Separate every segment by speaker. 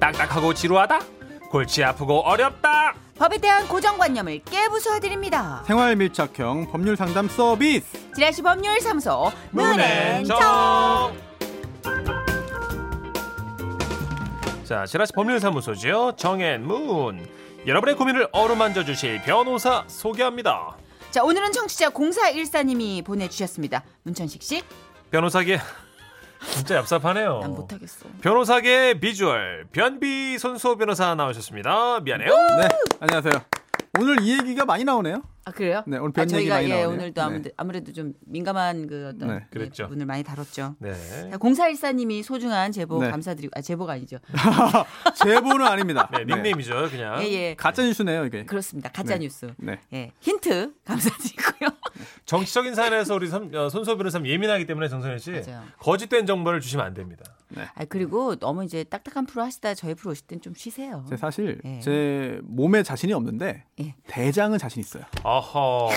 Speaker 1: 딱딱하고 지루하다? 골치 아프고 어렵다?
Speaker 2: 법에 대한 고정관념을 깨부숴드립니다.
Speaker 3: 생활 밀착형 법률 상담 서비스.
Speaker 2: 지라시 법률사무소
Speaker 3: 문엔
Speaker 2: 문앤정
Speaker 1: 자, 지라시 법률사무소죠. 정앤문. 여러분의 고민을 어루만져 주실 변호사 소개합니다.
Speaker 2: 자 오늘은 청취자 0414님이 보내주셨습니다. 문천식 씨,
Speaker 1: 변호사계 진짜 얍삽하네요.
Speaker 2: 난 못하겠어.
Speaker 1: 변호사계 비주얼 변비 손수호 변호사 나오셨습니다. 미안해요.
Speaker 3: 네, 안녕하세요. 오늘 이 얘기가 많이 나오네요.
Speaker 2: 아 그래요?
Speaker 3: 네, 오늘
Speaker 2: 아,
Speaker 3: 변 얘기
Speaker 2: 저희가
Speaker 3: 많이
Speaker 2: 예,
Speaker 3: 나오네요.
Speaker 2: 오늘도
Speaker 3: 네.
Speaker 2: 아무래도, 아무래도 좀 민감한 그 어떤
Speaker 3: 네,
Speaker 2: 예,
Speaker 1: 그랬죠.
Speaker 2: 부분을 많이 다뤘죠.
Speaker 1: 네.
Speaker 2: 자, 0414님이 소중한 제보
Speaker 3: 네.
Speaker 2: 감사드리고 아 제보가 아니죠.
Speaker 3: 제보는 아닙니다.
Speaker 1: 네, 닉네임이죠, 그냥.
Speaker 2: 예 예.
Speaker 3: 어? 가짜 뉴스네요 이게.
Speaker 2: 그렇습니다. 가짜
Speaker 3: 네.
Speaker 2: 뉴스.
Speaker 3: 네.
Speaker 2: 예. 힌트 감사드리고요.
Speaker 1: 정치적인 사안에서 우리 삼, 어, 손수호 변호사님 예민하기 때문에 정선혜 씨
Speaker 2: 맞아요.
Speaker 1: 거짓된 정보를 주시면 안 됩니다.
Speaker 2: 아 그리고 너무 이제 딱딱한 프로 하시다 저희 프로 오실 땐 좀 쉬세요.
Speaker 3: 제 사실
Speaker 2: 예.
Speaker 3: 제 몸에 자신이 없는데
Speaker 2: 예.
Speaker 3: 대장은 자신 있어요.
Speaker 1: 아하.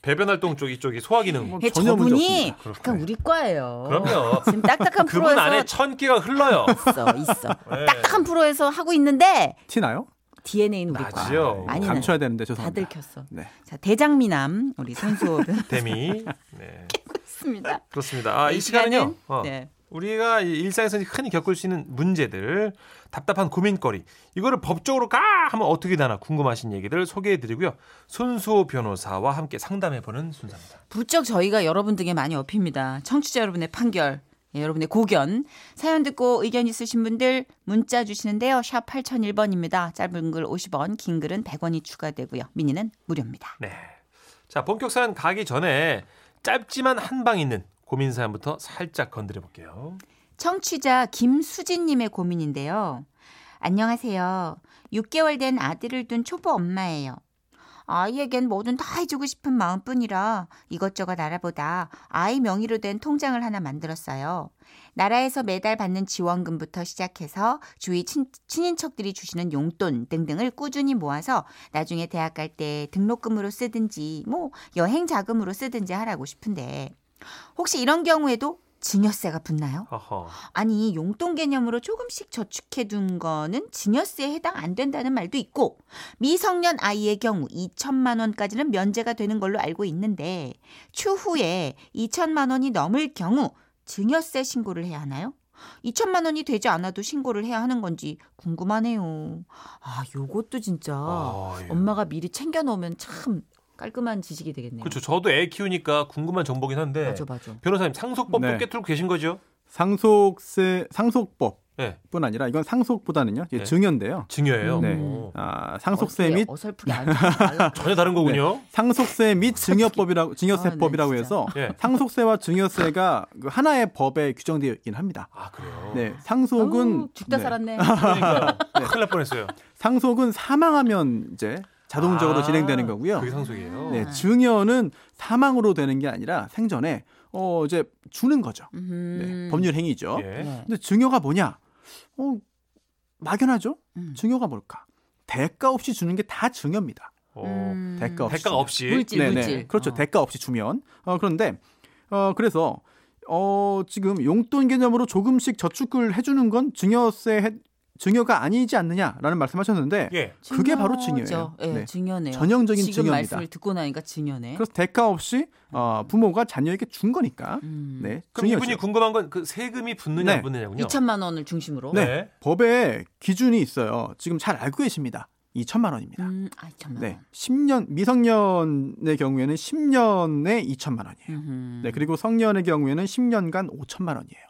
Speaker 1: 배변 활동 쪽 이쪽이 소화 기능.
Speaker 2: 예,
Speaker 3: 전혀 문제
Speaker 2: 저분이
Speaker 3: 없습니다.
Speaker 2: 약간 우리 과예요.
Speaker 1: 그럼요.
Speaker 2: 지금 딱딱한
Speaker 1: 그분
Speaker 2: 프로에서
Speaker 1: 안에 천 끼가 흘러요.
Speaker 2: 있어 있어.
Speaker 1: 네.
Speaker 2: 딱딱한 프로에서 하고 있는데
Speaker 3: 티 나요?
Speaker 2: DNA는 우리 과.
Speaker 1: 나지요.
Speaker 2: 아니 나요.
Speaker 3: 감춰야 되는데
Speaker 2: 다
Speaker 3: 죄송합니다.
Speaker 2: 들켰어.
Speaker 3: 네.
Speaker 2: 자 대장미남 우리 손수호
Speaker 1: 데미. 네.
Speaker 2: 변호사입니다.
Speaker 1: 그렇습니다. 아, 이 시간은요. 어,
Speaker 2: 네.
Speaker 1: 우리가 이 일상에서 흔히 겪을 수 있는 문제들, 답답한 고민거리, 이거를 법적으로 가 하면 어떻게 되나 궁금하신 얘기들 소개해드리고요. 손수호 변호사와 함께 상담해보는 순서입니다.
Speaker 2: 부쩍 저희가 여러분들에게 많이 업힙니다. 청취자 여러분의 판결, 예, 여러분의 고견, 사연 듣고 의견 있으신 분들 문자 주시는데요. 샵 8001번입니다. 짧은 글 50원, 긴 글은 100원이 추가되고요. 미니는 무료입니다.
Speaker 1: 네. 자, 본격 사연 가기 전에 짧지만 한 방 있는 고민 사연부터 살짝 건드려 볼게요.
Speaker 2: 청취자 김수진님의 고민인데요. 안녕하세요. 6개월 된 아들을 둔 초보 엄마예요. 아이에겐 뭐든 다 해주고 싶은 마음뿐이라 이것저것 알아보다 아이 명의로 된 통장을 하나 만들었어요. 나라에서 매달 받는 지원금부터 시작해서 주위 친, 친인척들이 주시는 용돈 등등을 꾸준히 모아서 나중에 대학 갈 때 등록금으로 쓰든지 뭐 여행 자금으로 쓰든지 하라고 싶은데 혹시 이런 경우에도 증여세가 붙나요?
Speaker 1: 허허.
Speaker 2: 아니 용돈 개념으로 조금씩 저축해 둔 거는 증여세에 해당 안 된다는 말도 있고 미성년 아이의 경우 2천만 원까지는 면제가 되는 걸로 알고 있는데 추후에 2천만 원이 넘을 경우 증여세 신고를 해야 하나요? 2천만 원이 되지 않아도 신고를 해야 하는 건지 궁금하네요. 아, 요것도 진짜
Speaker 1: 아,
Speaker 3: 네.
Speaker 1: 예.
Speaker 2: 엄마가 미리 챙겨 놓으면 참 깔끔한 지식이 되겠네요.
Speaker 1: 그렇죠. 저도 애 키우니까 궁금한 정보긴 한데
Speaker 2: 맞아, 맞아.
Speaker 1: 변호사님 상속법도
Speaker 3: 네.
Speaker 1: 깨뚫고 계신 거죠?
Speaker 3: 상속세 상속법뿐
Speaker 1: 예.
Speaker 3: 아니라 이건 상속보다는요 이게
Speaker 1: 네.
Speaker 3: 증여인데요.
Speaker 1: 증여예요.
Speaker 3: 네.
Speaker 1: 오.
Speaker 3: 아, 상속세 및
Speaker 2: 어설프게 안 말라.
Speaker 1: 전혀 다른
Speaker 3: 네.
Speaker 1: 거군요.
Speaker 3: 상속세 및 증여법이라고 증여세법이라고
Speaker 2: 아, 네,
Speaker 3: 해서
Speaker 1: 진짜. 예.
Speaker 3: 상속세와 증여세가 그 하나의 법에 규정되어 있긴 합니다.
Speaker 1: 아 그래요.
Speaker 3: 네, 상속은
Speaker 2: 어우, 죽다
Speaker 3: 네,
Speaker 2: 살았네.
Speaker 1: 그러니까 큰일 날 뻔했어요.
Speaker 3: 상속은 사망하면 이제 자동적으로
Speaker 1: 아,
Speaker 3: 진행되는 거고요.
Speaker 1: 그게 상속이에요.
Speaker 3: 네, 증여는 사망으로 되는 게 아니라 생전에 어 이제 주는 거죠. 네,
Speaker 2: 음.
Speaker 3: 법률 행위죠.
Speaker 1: 예.
Speaker 2: 네.
Speaker 3: 근데 증여가 뭐냐? 어 막연하죠.
Speaker 2: 음.
Speaker 3: 증여가 뭘까? 대가 없이 주는 게 다 증여입니다.
Speaker 1: 어,
Speaker 2: 음.
Speaker 3: 대가 없이.
Speaker 1: 대가 없이
Speaker 2: 물질 물질.
Speaker 3: 그렇죠.
Speaker 2: 어.
Speaker 3: 대가 없이 주면. 어, 그런데 어, 그래서 어, 지금 용돈 개념으로 조금씩 저축을 해주는 건 증여세 해- 증여가 아니지 않느냐라는 말씀하셨는데
Speaker 1: 예.
Speaker 3: 그게 바로
Speaker 2: 증여죠.
Speaker 3: 증여예요.
Speaker 2: 예,
Speaker 3: 네.
Speaker 2: 증여네요.
Speaker 3: 전형적인
Speaker 2: 지금
Speaker 3: 증여입니다.
Speaker 2: 말씀을 듣고 나니까 증여네.
Speaker 3: 그래서 대가 없이 어, 부모가 자녀에게 준 거니까
Speaker 2: 음.
Speaker 3: 네,
Speaker 1: 그럼
Speaker 3: 증여죠.
Speaker 1: 이분이 궁금한 건 그 세금이 붙느냐
Speaker 3: 네.
Speaker 1: 안 붙느냐군요.
Speaker 2: 2천만 원을 중심으로.
Speaker 3: 네. 법에 기준이 있어요. 지금 잘 알고 계십니다. 2천만 원입니다.
Speaker 2: 음, 아, 2천만
Speaker 3: 네,
Speaker 2: 원.
Speaker 3: 10년 미성년의 경우에는 10년에 2천만 원이에요.
Speaker 2: 음흠.
Speaker 3: 네, 그리고 성년의 경우에는 10년간 5천만 원이에요.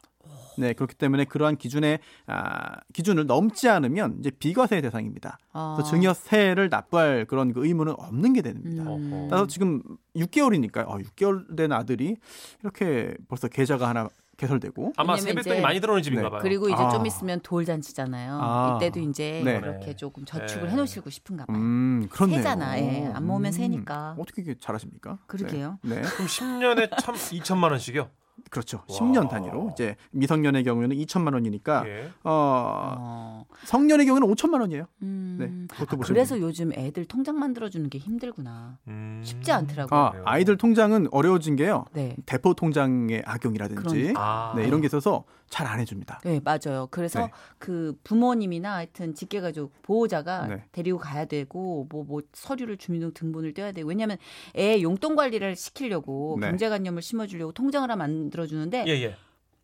Speaker 3: 네, 그렇기 때문에 그러한 기준에 아, 기준을 넘지 않으면 이제 비과세 대상입니다.
Speaker 2: 아, 음.
Speaker 3: 그래서 증여세를 납부할 그런 그 의무는 없는 게 됩니다.
Speaker 1: 어허.
Speaker 3: 따라서 지금 6개월이니까 어, 6개월 된 아들이 이렇게 벌써 계좌가 하나 개설되고
Speaker 1: 아마
Speaker 2: 왜냐면
Speaker 1: 세뱃돈이
Speaker 2: 이제-
Speaker 1: 많이 들어오는 집인가
Speaker 3: 네.
Speaker 1: 봐요.
Speaker 2: 그리고 이제
Speaker 3: 아.
Speaker 2: 좀 있으면 돌잔치잖아요.
Speaker 3: 아.
Speaker 2: 이때도 이제
Speaker 3: 네.
Speaker 2: 그렇게 조금 저축을
Speaker 1: 네.
Speaker 2: 해놓으시고 싶은가 봐요.
Speaker 3: 음, 그렇네요.
Speaker 2: 아,
Speaker 3: 음. 어,
Speaker 2: 새잖아, 예. 안 모으면 새니까.
Speaker 3: 어떻게 이게 잘하십니까?
Speaker 2: 그러게요.
Speaker 3: 네. 네.
Speaker 1: 그럼 10년에 참 2천만 원씩이요.
Speaker 3: 그렇죠. 10년
Speaker 1: 와.
Speaker 3: 단위로 이제 미성년의 경우에는 2천만 원이니까
Speaker 1: 예.
Speaker 3: 어,
Speaker 2: 어.
Speaker 3: 성년의 경우는 5천만 원이에요.
Speaker 2: 음.
Speaker 3: 네,
Speaker 2: 아,
Speaker 3: 그것도 보시면
Speaker 2: 그래서 요즘 애들 통장 만들어주는 게 힘들구나.
Speaker 1: 음.
Speaker 2: 쉽지 않더라고요.
Speaker 3: 아, 아이들 통장은 어려워진 게요.
Speaker 2: 네.
Speaker 3: 대포 통장의 악용이라든지
Speaker 2: 그러니까.
Speaker 1: 아.
Speaker 3: 네, 이런 게 있어서 잘 안 해줍니다.
Speaker 2: 네, 맞아요. 그래서
Speaker 3: 네.
Speaker 2: 그 부모님이나 하여튼 직계가족 보호자가
Speaker 3: 네.
Speaker 2: 데리고 가야 되고 뭐 뭐 서류를 주민등록등본을 떼야 되고 왜냐하면 애 용돈 관리를 시키려고
Speaker 3: 네.
Speaker 2: 경제관념을 심어주려고 통장을 하나 만들어주는데
Speaker 1: 예, 예.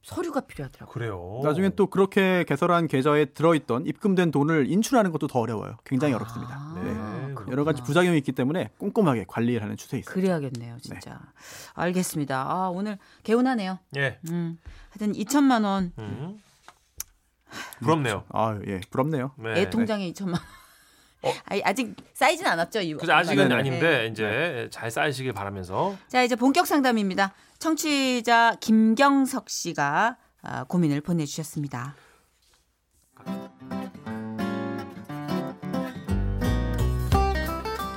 Speaker 2: 서류가 필요하더라고요.
Speaker 1: 그래요.
Speaker 3: 나중엔 또 그렇게 개설한 계좌에 들어있던 입금된 돈을 인출하는 것도 더 어려워요. 굉장히 어렵습니다.
Speaker 2: 아,
Speaker 1: 네.
Speaker 2: 그렇구나.
Speaker 3: 여러 가지 부작용이 있기 때문에 꼼꼼하게 관리를 하는 추세에 있어요.
Speaker 2: 그래야겠네요, 진짜. 알겠습니다. 아 오늘 개운하네요.
Speaker 1: 예.
Speaker 2: 음.
Speaker 4: 하여튼 2천만 원
Speaker 1: 음. 부럽네요.
Speaker 3: 아, 예. 부럽네요.
Speaker 1: 네.
Speaker 2: 애 통장에 2천만 원.
Speaker 1: 어.
Speaker 2: 아니, 아직 쌓이진 않았죠. 이
Speaker 1: 그래서 아직은
Speaker 3: 네네.
Speaker 1: 아닌데 이제 잘 쌓이시길 바라면서
Speaker 4: 자, 이제 본격 상담입니다. 청취자 김경석 씨가 아, 고민을 보내주셨습니다.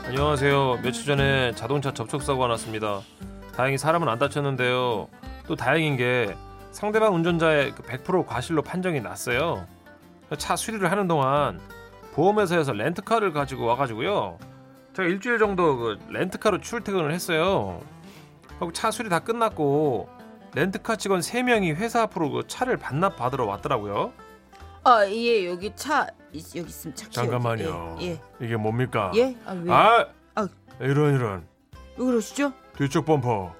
Speaker 1: 안녕하세요. 며칠 전에 자동차 접촉사고가 났습니다. 다행히 사람은 안 다쳤는데요. 또 다행인 게 상대방 운전자의 그100% 과실로 판정이 났어요. 차 수리를 하는 동안 보험회사에서 렌트카를 가지고 와가지고요. 제가 일주일 정도 그 렌트카로 출퇴근을 했어요. 그리고 차 수리 다 끝났고 렌트카 직원 3명이 회사 앞으로 그 차를 반납받으러 왔더라고요.
Speaker 4: 아, 예, 여기 차 여기 있으면 차 예,
Speaker 1: 이게 뭡니까?
Speaker 4: 예, 예? 아, 왜?
Speaker 1: 아!
Speaker 4: 아.
Speaker 1: 이런 이런.
Speaker 4: 왜 그러시죠?
Speaker 1: 뒤쪽 범퍼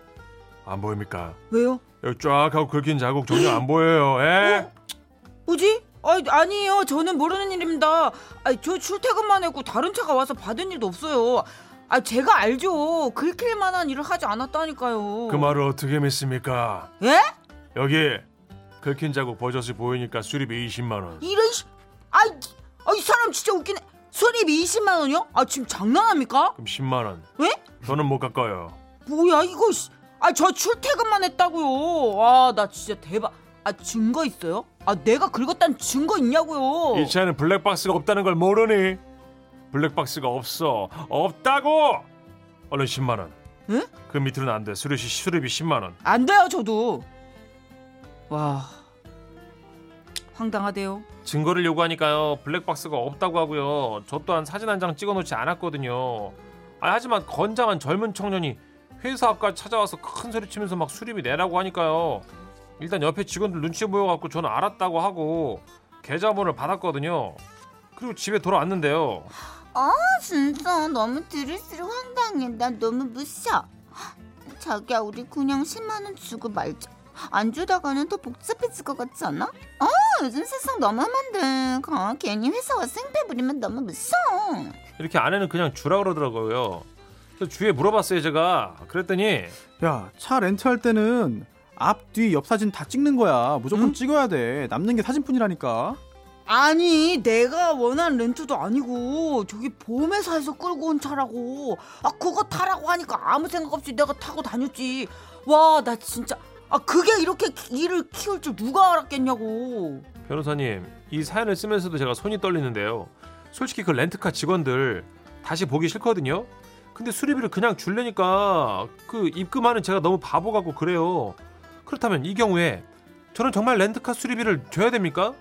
Speaker 1: 안 보입니까?
Speaker 4: 왜요?
Speaker 1: 여기 쫙 하고 긁힌 자국 전혀 안
Speaker 4: 예.
Speaker 1: 보여요. 예? 에?
Speaker 4: 뭐지? 아, 아니에요. 저는 모르는 일입니다. 아, 저 출퇴근만 했고 다른 차가 와서 받은 일도 없어요. 아, 제가 알죠. 긁힐 만한 일을 하지 않았다니까요.
Speaker 1: 그 말을 어떻게 믿습니까?
Speaker 4: 예?
Speaker 1: 여기 긁힌 자국 버젓이 보이니까 수리비 20만 원.
Speaker 4: 이런 씨, 아이, 아, 이 사람 진짜 웃기네. 수리비 20만 원이요? 아, 지금 장난합니까? 예?
Speaker 1: 그럼 10만 원.
Speaker 4: 왜?
Speaker 1: 저는 못 깎아요.
Speaker 4: 뭐야 이거 씨. 아, 저 출퇴근만 했다고요. 아, 나 진짜 대박. 아, 증거 있어요? 아, 내가 긁었다는 증거 있냐고요.
Speaker 1: 이 차에는 블랙박스가 없다는 걸 모르니? 블랙박스가 없어. 없다고. 얼른 10만 원.
Speaker 4: 응?
Speaker 1: 그 밑으로는 안 돼. 수리 수리비 10만 원.
Speaker 4: 안 돼요, 저도. 와. 황당하대요.
Speaker 1: 증거를 요구하니까요 블랙박스가 없다고 하고요 저 또한 사진 한 장 찍어놓지 않았거든요 아, 하지만 건장한 젊은 청년이 회사 앞까지 찾아와서 큰 소리 치면서 막 수리비 내라고 하니까요 일단 옆에 직원들 눈치 보여갖고 저는 알았다고 하고 계좌번호를 받았거든요 그리고 집에 돌아왔는데요
Speaker 5: 진짜 너무 들을수록 황당해. 난 너무 무시야. 자기야, 우리 그냥 10만 원 주고 말자. 안 주다가는 더 복잡해질 것 같지 않아? 어, 요즘 세상 너무 험한데. 가, 괜히 회사 와서 행패 부리면 너무 무서워.
Speaker 1: 이렇게 아내는 그냥 주라 그러더라고요 그래서 주위에 물어봤어요 제가 그랬더니
Speaker 3: 야, 차 렌트할 때는 앞, 뒤, 옆 사진 다 찍는 거야. 무조건 찍어야 돼. 남는 게 사진뿐이라니까.
Speaker 4: 아니, 내가 원한 렌트도 아니고 저기 보험회사에서 끌고 온 차라고. 아, 그거 타라고 하니까 아무 생각 없이 내가 타고 다녔지. 와, 나 진짜 아, 그게 이렇게 일을 키울 줄 누가 알았겠냐고.
Speaker 1: 변호사님 이 사연을 쓰면서도 제가 손이 떨리는데요 솔직히 그 렌트카 직원들 다시 보기 싫거든요 근데 수리비를 그냥 줄려니까 그 입금하는 제가 너무 바보 같고 그래요 그렇다면 이 경우에 저는 정말 렌트카 수리비를 줘야 됩니까?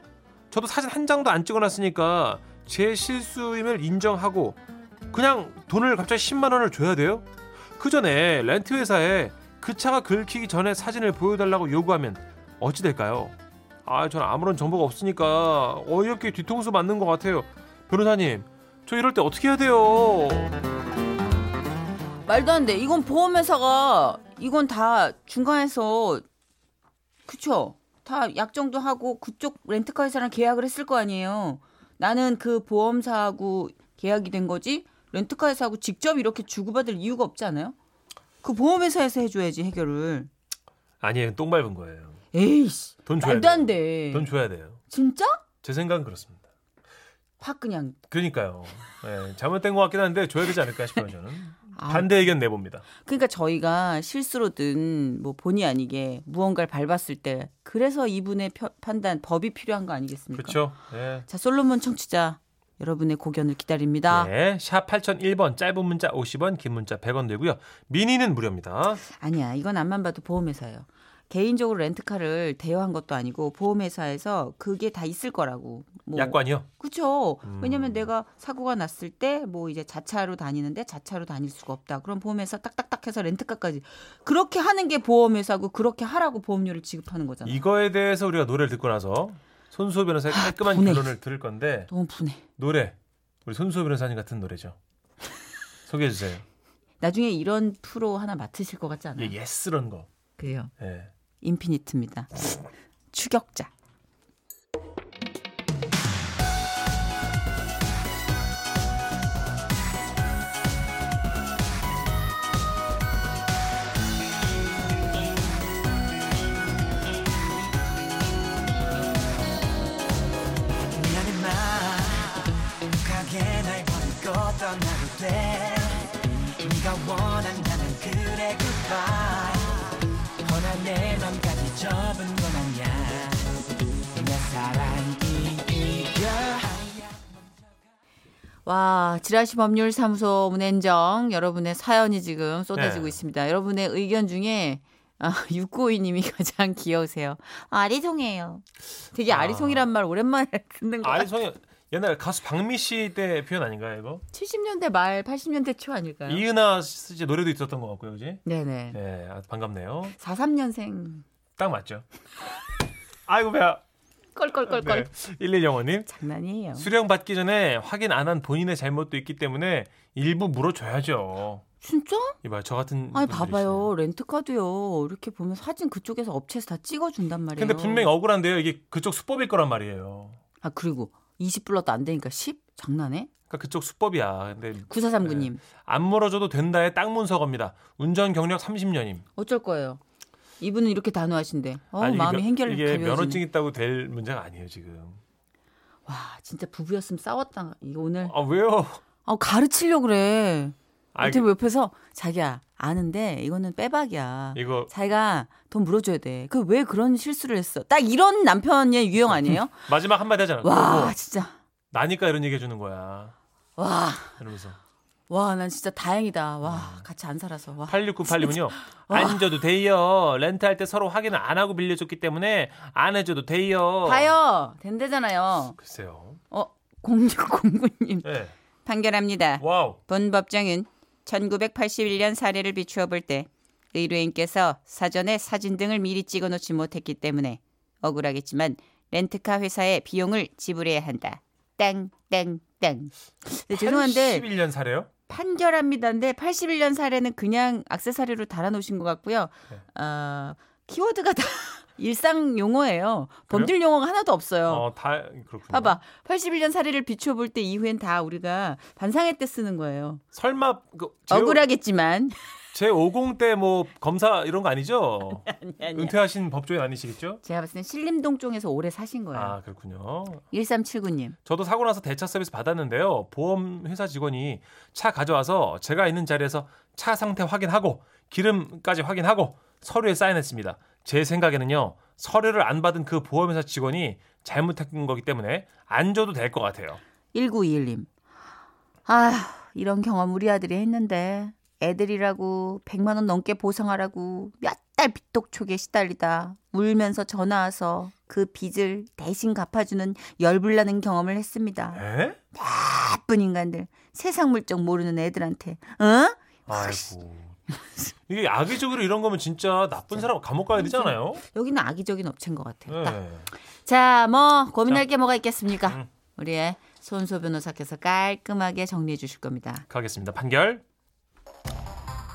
Speaker 1: 저도 사진 한 장도 안 찍어놨으니까 제 실수임을 인정하고 그냥 돈을 갑자기 10만 원을 줘야 돼요? 그 전에 렌트 회사에 그 차가 긁히기 전에 사진을 보여달라고 요구하면 어찌 될까요? 아, 전 아무런 정보가 없으니까 어이없게 뒤통수 맞는 것 같아요. 변호사님, 저 이럴 때 어떻게 해야 돼요?
Speaker 2: 말도 안 돼. 이건 보험회사가 이건 다 중간에서 그쵸? 다 약정도 하고 그쪽 렌트카 회사랑 계약을 했을 거 아니에요. 나는 그 보험사하고 계약이 된 거지 렌트카 회사하고 직접 이렇게 주고받을 이유가 없지 않아요? 그 보험회사에서 해줘야지 해결을.
Speaker 1: 아니에요, 똥 밟은 거예요.
Speaker 2: 에이씨
Speaker 1: 돈 줘야
Speaker 2: 말도
Speaker 1: 돼요.
Speaker 2: 안 돼.
Speaker 1: 돈 줘야 돼요.
Speaker 2: 진짜?
Speaker 1: 제 생각은 그렇습니다.
Speaker 2: 확 그냥
Speaker 1: 그러니까요. 예, 잘못된 것 같긴 한데 줘야 되지 않을까 싶어요, 저는.
Speaker 2: 아.
Speaker 1: 반대 의견 내봅니다.
Speaker 2: 그러니까 저희가 실수로든 뭐 본의 아니게 무언가를 밟았을 때 그래서 이분의 펴- 판단 법이 필요한 거 아니겠습니까?
Speaker 1: 그렇죠? 예.
Speaker 2: 자 솔로몬 청취자 여러분의 고견을 기다립니다.
Speaker 1: 네, 샵 8001번 짧은 문자 50원, 긴 문자 100원 되고요. 미니는 무료입니다.
Speaker 2: 아니야 이건 안만 봐도 보험회사예요. 개인적으로 렌트카를 대여한 것도 아니고 보험회사에서 그게 다 있을 거라고. 뭐.
Speaker 1: 약관이요.
Speaker 2: 그렇죠.
Speaker 1: 음.
Speaker 2: 왜냐면 내가 사고가 났을 때 뭐 이제 자차로 다니는데 자차로 다닐 수가 없다. 그럼 보험회사 딱딱딱 해서 렌트카까지 그렇게 하는 게 보험회사고 그렇게 하라고 보험료를 지급하는 거잖아. 요
Speaker 1: 이거에 대해서 우리가 노래를 듣고 나서 손수호 변호사의
Speaker 2: 아,
Speaker 1: 깔끔한
Speaker 2: 분해.
Speaker 1: 결론을 들을 건데
Speaker 2: 너무 분해.
Speaker 1: 노래 우리 손수호 변호사님 같은 노래죠. 소개해 주세요.
Speaker 2: 나중에 이런 프로 하나 맡으실 것 같지 않아요?
Speaker 1: 예, 예스런 거.
Speaker 2: 그래요.
Speaker 1: 예.
Speaker 2: 인피니트입니다. 추격자.
Speaker 6: 미안해 마 가게 날 버리고 떠나도 돼 네가 원한다면 그래 goodbye 허나 내 맘까지 접은 건 아냐 내 사랑 이겨
Speaker 2: 와, 지라시 법률 사무소 문앤정 여러분의 사연이 지금 쏟아지고
Speaker 1: 네.
Speaker 2: 있습니다. 여러분의 의견 중에 아, 6952님이 가장 귀여우세요. 아리송해요. 되게
Speaker 1: 아.
Speaker 2: 아리송이란 말 오랜만에 듣는 거 같아요.
Speaker 1: 아리송이 옛날 가수 박미 씨 때 표현 아닌가요, 이거?
Speaker 2: 70년대 말, 80년대 초 아닐까요?
Speaker 1: 이은하 씨 노래도 있었던 것 같고요, 그지?
Speaker 2: 네네.
Speaker 1: 예, 아, 반갑네요.
Speaker 2: 43년생.
Speaker 1: 딱 맞죠. 아이고 배야.
Speaker 2: 껄껄껄껄.
Speaker 1: 네. 110호님.
Speaker 2: 장난이에요.
Speaker 1: 수령 받기 전에 네, 확인 안 한 본인의 잘못도 있기 때문에 일부 물어줘야죠.
Speaker 2: 진짜?
Speaker 1: 이봐 저 같은.
Speaker 2: 아니
Speaker 1: 분들이시네요.
Speaker 2: 봐봐요 렌트카도요 이렇게 보면 사진 그쪽에서 업체에서 다 찍어준단 말이에요.
Speaker 1: 근데 분명히 억울한데요. 이게 그쪽 수법일 거란 말이에요.
Speaker 2: 아 그리고 20 불러도 안 되니까 10 장난해?
Speaker 1: 그러니까 그쪽 수법이야. 근데
Speaker 2: 9439님
Speaker 1: 안 물어줘도 된다의 땅 문서겁니다. 운전 경력 30년임.
Speaker 2: 어쩔 거예요? 이분은 이렇게 단호하신데 어
Speaker 1: 아니, 이게
Speaker 2: 마음이
Speaker 1: 면-
Speaker 2: 행결
Speaker 1: 이게
Speaker 2: 가벼워지네.
Speaker 1: 면허증 있다고 될 문제가 아니에요 지금.
Speaker 2: 와 진짜 부부였으면 싸웠다 이거 오늘
Speaker 1: 아 왜요?
Speaker 2: 아 가르치려 그래.
Speaker 1: 아,
Speaker 2: 어떻게 보면 옆에서 자기야 아는데 이거는 빼박이야.
Speaker 1: 이거
Speaker 2: 자기가 돈 물어줘야 돼. 그 왜 그런 실수를 했어? 딱 이런 남편의 유형 아니에요?
Speaker 1: 마지막 한마디 하잖아.
Speaker 2: 와
Speaker 1: 와.
Speaker 2: 진짜
Speaker 1: 나니까 이런 얘기 해주는 거야.
Speaker 2: 와.
Speaker 1: 이러면서.
Speaker 2: 와, 난 진짜 다행이다. 와, 같이 안 살아서. 와.
Speaker 1: 8998님은요. 안 줘도 돼요. 렌트할 때 서로 확인 안 하고 빌려줬기 때문에 안 해줘도 돼요.
Speaker 2: 봐요. 된대잖아요.
Speaker 1: 그 글쎄요.
Speaker 2: 어, 공주공구님.
Speaker 1: 예.
Speaker 2: 판결합니다.
Speaker 1: 와우.
Speaker 2: 본 법정은 1981년 사례를 비추어 볼 때 의뢰인께서 사전에 사진 등을 미리 찍어놓지 못했기 때문에 억울하겠지만 렌트카 회사에 비용을 지불해야 한다.
Speaker 4: 땡땡땡.
Speaker 2: 네, 죄송한데
Speaker 1: 11년 사래요?
Speaker 2: 판결합니다인데 81년 사례는 그냥 악세사리로 달아놓으신 것 같고요. 어, 키워드가 다 일상 용어예요. 법률 용어가 하나도 없어요.
Speaker 1: 어, 다 그렇군요.
Speaker 2: 봐봐, 81년 사례를 비추어 볼 때 이후엔 다 우리가 반상회 때 쓰는 거예요.
Speaker 1: 설마 그, 제,
Speaker 2: 억울하겠지만
Speaker 1: 제 50 때 뭐 검사 이런 거 아니죠?
Speaker 2: 아니야.
Speaker 1: 은퇴하신 법조인 아니시겠죠?
Speaker 2: 제가 봤을 땐 신림동 쪽에서 오래 사신 거예요.
Speaker 1: 아 그렇군요.
Speaker 2: 1379님.
Speaker 1: 저도 사고 나서 대차 서비스 받았는데요. 보험 회사 직원이 차 가져와서 제가 있는 자리에서 차 상태 확인하고 기름까지 확인하고 서류에 사인했습니다. 제 생각에는요. 서류를 안 받은 그 보험회사 직원이 잘못한 거기 때문에 안 줘도 될 것 같아요.
Speaker 2: 1921님. 아, 이런 경험 우리 아들이 했는데 애들이라고 100만 원 넘게 보상하라고 몇 달 빚독촉에 시달리다 울면서 전화 와서 그 빚을 대신 갚아주는 열불나는 경험을
Speaker 4: 네.
Speaker 2: 했습니다.
Speaker 1: 에?
Speaker 2: 나쁜 인간들. 세상 물정 모르는 애들한테. 어? 응?
Speaker 1: 아이고. 이게 악의적으로 이런 거면 진짜 나쁜 사람 감옥 가야 되잖아요.
Speaker 2: 여기는 악의적인 업체인 것 같아요. 딱.
Speaker 1: 네.
Speaker 2: 자, 뭐 고민할 게 뭐가 있겠습니까?
Speaker 1: 음.
Speaker 2: 우리의 손소 변호사께서 깔끔하게 정리해 주실 겁니다.
Speaker 1: 가겠습니다. 판결.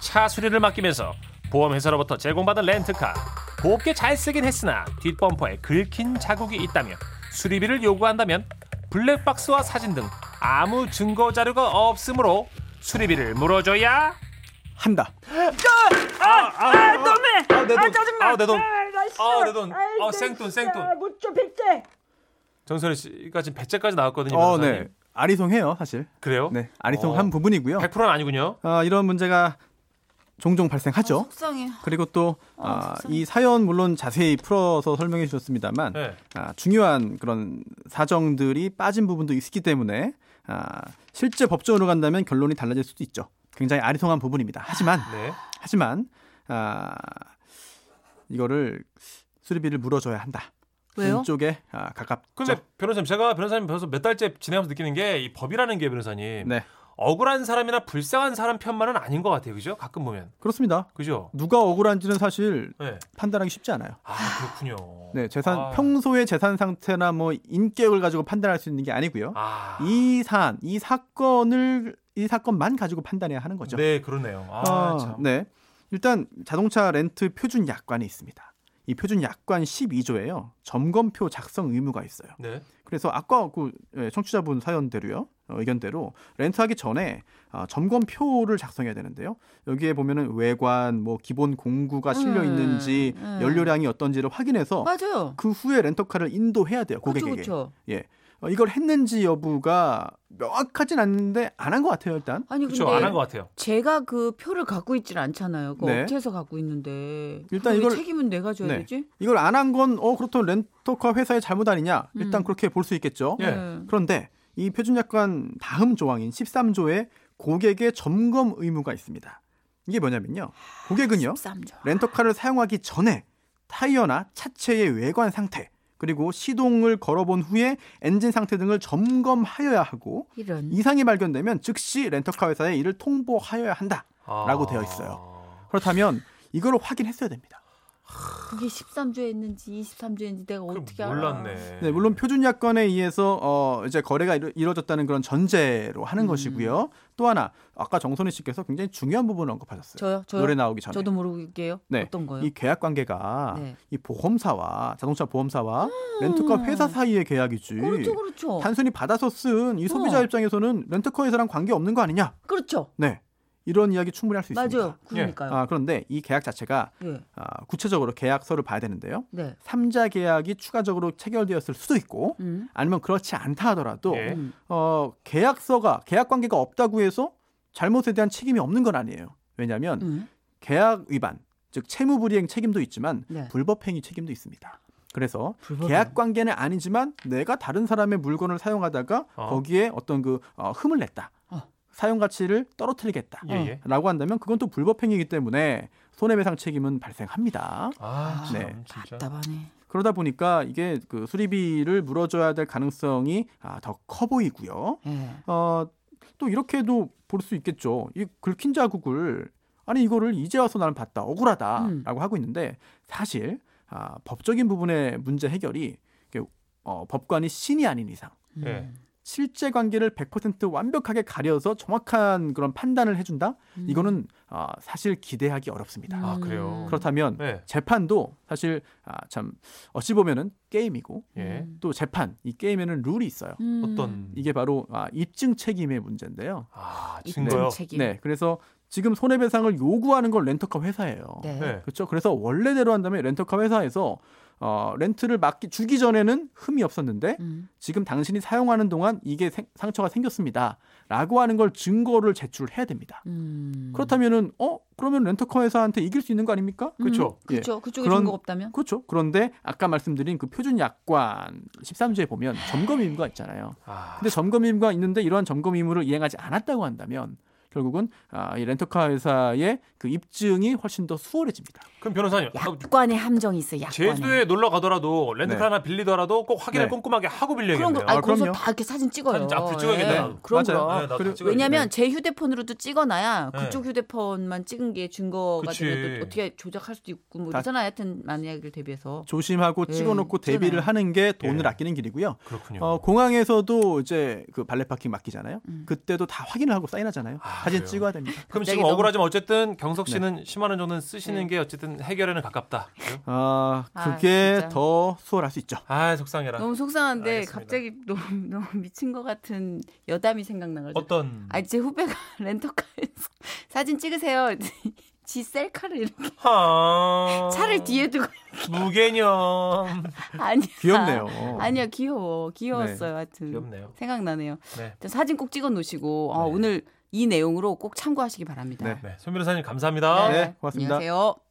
Speaker 1: 차 수리를 맡기면서 보험회사로부터 제공받은 렌트카 곱게 잘 쓰긴 했으나 뒷범퍼에 긁힌 자국이 있다며 수리비를 요구한다면 블랙박스와 사진 등 아무 증거 자료가 없으므로 수리비를 물어줘야
Speaker 3: 한다.
Speaker 1: 아내 돈, 아, 내 돈, 아, 내 돈, 아, 생돈, 생돈. 못줘 백제. 정선희 씨가 지금 백제까지 나왔거든요.
Speaker 3: 어,
Speaker 1: 변호사님.
Speaker 3: 네. 아리송해요, 사실.
Speaker 1: 그래요?
Speaker 3: 네, 아리송한
Speaker 1: 어,
Speaker 3: 부분이고요.
Speaker 1: 100%는 아니군요.
Speaker 3: 아, 이런 문제가 종종 발생하죠.
Speaker 2: 속상해.
Speaker 3: 그리고 또, 아, 이 사연 물론 자세히 풀어서 설명해 주셨습니다만,
Speaker 1: 네.
Speaker 3: 아, 중요한 그런 사정들이 빠진 부분도 있기 때문에, 아, 실제 법정으로 간다면 결론이 달라질 수도
Speaker 1: 아,
Speaker 3: 있죠. 굉장히 아리송한 부분입니다. 하지만,
Speaker 1: 네.
Speaker 3: 하지만, 아, 이거를 수리비를 물어줘야 한다.
Speaker 2: 왜요?
Speaker 3: 왼쪽에 아, 가깝죠.
Speaker 1: 근데 변호사님 제가 변호사님 벌써 몇 달째 진행하면서 느끼는 게 이 법이라는 게 변호사님
Speaker 3: 네
Speaker 1: 억울한 사람이나 불쌍한 사람 편만은 아닌 것 같아요, 그죠? 가끔 보면
Speaker 3: 그렇습니다.
Speaker 1: 그죠?
Speaker 3: 누가 억울한지는 사실
Speaker 1: 네.
Speaker 3: 판단하기 쉽지 않아요.
Speaker 1: 아 그렇군요.
Speaker 3: 네 재산
Speaker 1: 아.
Speaker 3: 평소의 재산 상태나 뭐 인격을 가지고 판단할 수 있는 게 아니고요.
Speaker 1: 아,
Speaker 3: 이 사안, 이 사건을 이 사건만 가지고 판단해야 하는 거죠.
Speaker 1: 네 그러네요. 아,
Speaker 3: 어,
Speaker 1: 참.
Speaker 3: 네. 일단 자동차 렌트 표준 약관이 있습니다. 이 표준 약관 12조에요. 점검표 작성 의무가 있어요.
Speaker 1: 네.
Speaker 3: 그래서 아까 그 예, 청취자분 사연대로요. 어, 의견대로 렌트하기 전에 아, 점검표를 작성해야 되는데요. 여기에 보면은 외관, 뭐 기본 공구가 실려
Speaker 2: 음,
Speaker 3: 있는지
Speaker 2: 음.
Speaker 3: 연료량이 어떤지를 확인해서
Speaker 2: 맞아요.
Speaker 3: 그 후에 렌터카를 인도해야 돼요.
Speaker 2: 그렇죠,
Speaker 3: 고객에게.
Speaker 2: 그렇죠.
Speaker 3: 어, 이걸 했는지 여부가 명확하진 않는데 안 한 것 같아요. 일단
Speaker 2: 아니
Speaker 1: 그렇죠.
Speaker 2: 근데
Speaker 1: 안 한 것 같아요.
Speaker 2: 제가 그 표를 갖고 있질 않잖아요. 그
Speaker 3: 네.
Speaker 2: 업체에서 갖고 있는데
Speaker 3: 일단
Speaker 2: 그럼 왜
Speaker 3: 이걸-
Speaker 2: 책임은 내가 줘야
Speaker 3: 네.
Speaker 2: 되지.
Speaker 3: 이걸 안 한 건 어 그렇다면 렌터카 회사의 잘못 아니냐? 일단
Speaker 2: 음.
Speaker 3: 그렇게 볼 수 있겠죠.
Speaker 1: 예.
Speaker 2: 네.
Speaker 3: 그런데 이 표준약관 다음 조항인 13조에 고객의 점검 의무가 있습니다. 이게 뭐냐면요. 고객은요.
Speaker 2: 13조.
Speaker 3: 렌터카를 사용하기 전에 타이어나 차체의 외관 상태 그리고 시동을 걸어본 후에 엔진 상태 등을 점검하여야 하고
Speaker 2: 이런.
Speaker 3: 이상이 발견되면 즉시 렌터카 회사에 이를 통보하여야 한다.
Speaker 1: 아.
Speaker 3: 라고 되어 있어요. 그렇다면 이걸 확인했어야 됩니다.
Speaker 2: 그게 13조에 있는지 23조에 있는지 내가
Speaker 1: 그걸
Speaker 2: 어떻게 알아?
Speaker 1: 몰랐네.
Speaker 3: 네, 물론 표준약관에 의해서 어, 이제 거래가 이루, 이루어졌다는 그런 전제로 하는
Speaker 2: 음.
Speaker 3: 것이고요. 또 하나 아까 정선희 씨께서 굉장히 중요한 부분을 언급하셨어요.
Speaker 2: 저요, 저요.
Speaker 3: 노래 나오기 전에
Speaker 2: 저도 모르게요.
Speaker 3: 네.
Speaker 2: 어떤 거요?
Speaker 3: 이 계약 관계가
Speaker 2: 네. 아.
Speaker 3: 이 보험사와 자동차 보험사와 렌터카 회사 사이의 계약이지.
Speaker 2: 그렇죠, 그렇죠.
Speaker 3: 단순히 받아서 쓴 이 소비자
Speaker 2: 어.
Speaker 3: 입장에서는 렌터카 회사랑 관계 없는 거 아니냐?
Speaker 2: 그렇죠.
Speaker 3: 네, 이런 이야기 충분히 할 수 있습니다.
Speaker 2: 맞아요. 그러니까요.
Speaker 3: 아, 그런데 이 계약 자체가
Speaker 2: 예.
Speaker 3: 아, 구체적으로 계약서를 봐야 되는데요.
Speaker 2: 네.
Speaker 3: 삼자 계약이 추가적으로 체결되었을 수도 있고
Speaker 2: 음.
Speaker 3: 아니면 그렇지 않다 하더라도
Speaker 1: 예.
Speaker 2: 음.
Speaker 3: 어, 계약서가 계약 관계가 없다고 해서 잘못에 대한 책임이 없는 건 아니에요. 왜냐하면
Speaker 2: 음.
Speaker 3: 계약 위반, 즉 채무 불이행 책임도 있지만
Speaker 2: 네.
Speaker 3: 불법 행위 책임도 있습니다. 그래서
Speaker 2: 불법이요?
Speaker 3: 계약 관계는 아니지만 내가 다른 사람의 물건을 사용하다가
Speaker 1: 어.
Speaker 3: 거기에 어떤 그 어, 흠을 냈다.
Speaker 2: 어.
Speaker 3: 사용 가치를 떨어뜨리겠다.
Speaker 1: 예, 예.
Speaker 3: 라고 한다면 그건 또 불법 행위이기 때문에 손해배상 책임은 발생합니다.
Speaker 1: 아, 참,
Speaker 3: 네.
Speaker 1: 진짜.
Speaker 2: 음, 답답하네.
Speaker 3: 그러다 보니까 이게 그 수리비를 물어줘야 될 가능성이 아, 더 커 보이고요.
Speaker 2: 예.
Speaker 3: 어, 또 이렇게도 볼 수 있겠죠. 이 긁힌 자국을 아니 이거를 이제 와서 나는 봤다
Speaker 2: 음.
Speaker 3: 억울하다라고 하고 있는데 사실 아, 법적인 부분의 문제 해결이 이게, 어, 법관이 신이 아닌 이상
Speaker 2: 음.
Speaker 1: 예.
Speaker 3: 실제 관계를 100% 완벽하게 가려서 정확한 그런 판단을 해준다
Speaker 2: 음.
Speaker 3: 이거는 아, 사실 기대하기 어렵습니다.
Speaker 1: 아, 그래요.
Speaker 3: 그렇다면
Speaker 1: 네.
Speaker 3: 재판도 사실 아, 참 어찌 보면은 게임이고
Speaker 1: 예.
Speaker 2: 음.
Speaker 3: 또 재판 이 게임에는 룰이 있어요.
Speaker 2: 음.
Speaker 1: 어떤
Speaker 3: 이게 바로 아, 입증 책임의 문제인데요.
Speaker 1: 아,
Speaker 2: 입증
Speaker 1: 증거요.
Speaker 2: 책임.
Speaker 3: 네, 그래서 지금 손해배상을 요구하는 건 렌터카 회사예요.
Speaker 2: 네.
Speaker 1: 네.
Speaker 3: 그렇죠. 그래서 원래대로 한다면 렌터카 회사에서 어, 렌트를 맡기 주기 전에는 흠이 없었는데
Speaker 2: 음.
Speaker 3: 지금 당신이 사용하는 동안 이게 생- 상처가 생겼습니다.라고 하는 걸 증거를 제출해야 됩니다.
Speaker 2: 음.
Speaker 3: 그렇다면은 어 그러면 렌터카 회사한테 이길 수 있는 거 아닙니까?
Speaker 1: 그렇죠.
Speaker 3: 예.
Speaker 2: 그렇죠. 그쪽에
Speaker 3: 그런-
Speaker 2: 증거 없다면?
Speaker 3: 그렇죠. 그런데 아까 말씀드린 그 표준 약관 13조에 보면 점검 의무가 있잖아요.
Speaker 1: 아,
Speaker 3: 근데 점검 의무가 있는데 이러한 점검 의무를 이행하지 않았다고 한다면 결국은 아, 이 렌터카 회사의 그 입증이 훨씬 더 수월해집니다.
Speaker 1: 그럼 변호사님. 아,
Speaker 2: 약관의 함정이 있어. 약관에.
Speaker 1: 제주도에 놀러 가더라도 렌트카
Speaker 3: 네.
Speaker 1: 하나 빌리더라도 꼭 확인을
Speaker 3: 네.
Speaker 1: 꼼꼼하게 하고
Speaker 2: 그런
Speaker 1: 빌려야겠네요.
Speaker 2: 거. 아니,
Speaker 3: 아,
Speaker 2: 거기서
Speaker 3: 그럼요.
Speaker 2: 다 이렇게 사진 찍어요.
Speaker 1: 사진 앞에 찍어야겠다, 나도.
Speaker 2: 그럼
Speaker 3: 맞아요.
Speaker 2: 그럼.
Speaker 1: 네, 나도
Speaker 3: 그리고-
Speaker 1: 찍어야겠네.
Speaker 2: 왜냐하면 제 휴대폰으로도 찍어놔야
Speaker 1: 네.
Speaker 2: 그쪽 휴대폰만 찍은 게 증거가
Speaker 1: 그치.
Speaker 2: 되면 또 어떻게 조작할 수도 있고 뭐
Speaker 3: 다-
Speaker 2: 이러잖아 하여튼 만약에 대비해서
Speaker 3: 조심하고
Speaker 2: 예,
Speaker 3: 찍어놓고
Speaker 2: 있잖아요.
Speaker 3: 대비를 하는 게 돈을
Speaker 1: 예.
Speaker 3: 아끼는 길이고요.
Speaker 1: 그렇군요.
Speaker 3: 어, 공항에서도 이제 그 발레 파킹 맡기잖아요.
Speaker 2: 음.
Speaker 3: 그때도 다 확인을 하고 사인하잖아요.
Speaker 1: 아,
Speaker 3: 사진
Speaker 1: 그래요?
Speaker 3: 찍어야 됩니다.
Speaker 1: 그럼
Speaker 2: 갑자기
Speaker 1: 지금
Speaker 2: 너무-
Speaker 1: 억울하지만 어쨌든
Speaker 3: 네.
Speaker 1: 경석 씨는 10만 원 정도는 쓰시는 게 어쨌든 해결에는 가깝다. 그죠?
Speaker 3: 아,
Speaker 2: 아,
Speaker 3: 그게
Speaker 2: 진짜.
Speaker 3: 더 수월할 수 있죠.
Speaker 1: 아 속상해라.
Speaker 2: 너무 속상한데
Speaker 1: 알겠습니다.
Speaker 2: 갑자기 너무 너무 미친 것 같은 여담이 생각나가지고
Speaker 1: 어떤
Speaker 2: 아, 제 후배가 렌터카에서 사진 찍으세요. 지 셀카를 이렇게
Speaker 1: 하...
Speaker 2: 차를 뒤에 두고
Speaker 1: 무개념
Speaker 2: 아니야.
Speaker 3: 귀엽네요.
Speaker 2: 아니야 귀여워 귀여웠어요 하여튼
Speaker 1: 귀엽네요.
Speaker 2: 생각나네요.
Speaker 1: 네.
Speaker 2: 하여튼 사진 꼭 찍어 놓으시고 아,
Speaker 1: 네.
Speaker 2: 오늘 이 내용으로 꼭 참고하시기 바랍니다.
Speaker 3: 네.
Speaker 1: 네, 손 변호사님 감사합니다.
Speaker 3: 네, 고맙습니다.
Speaker 2: 안녕하세요.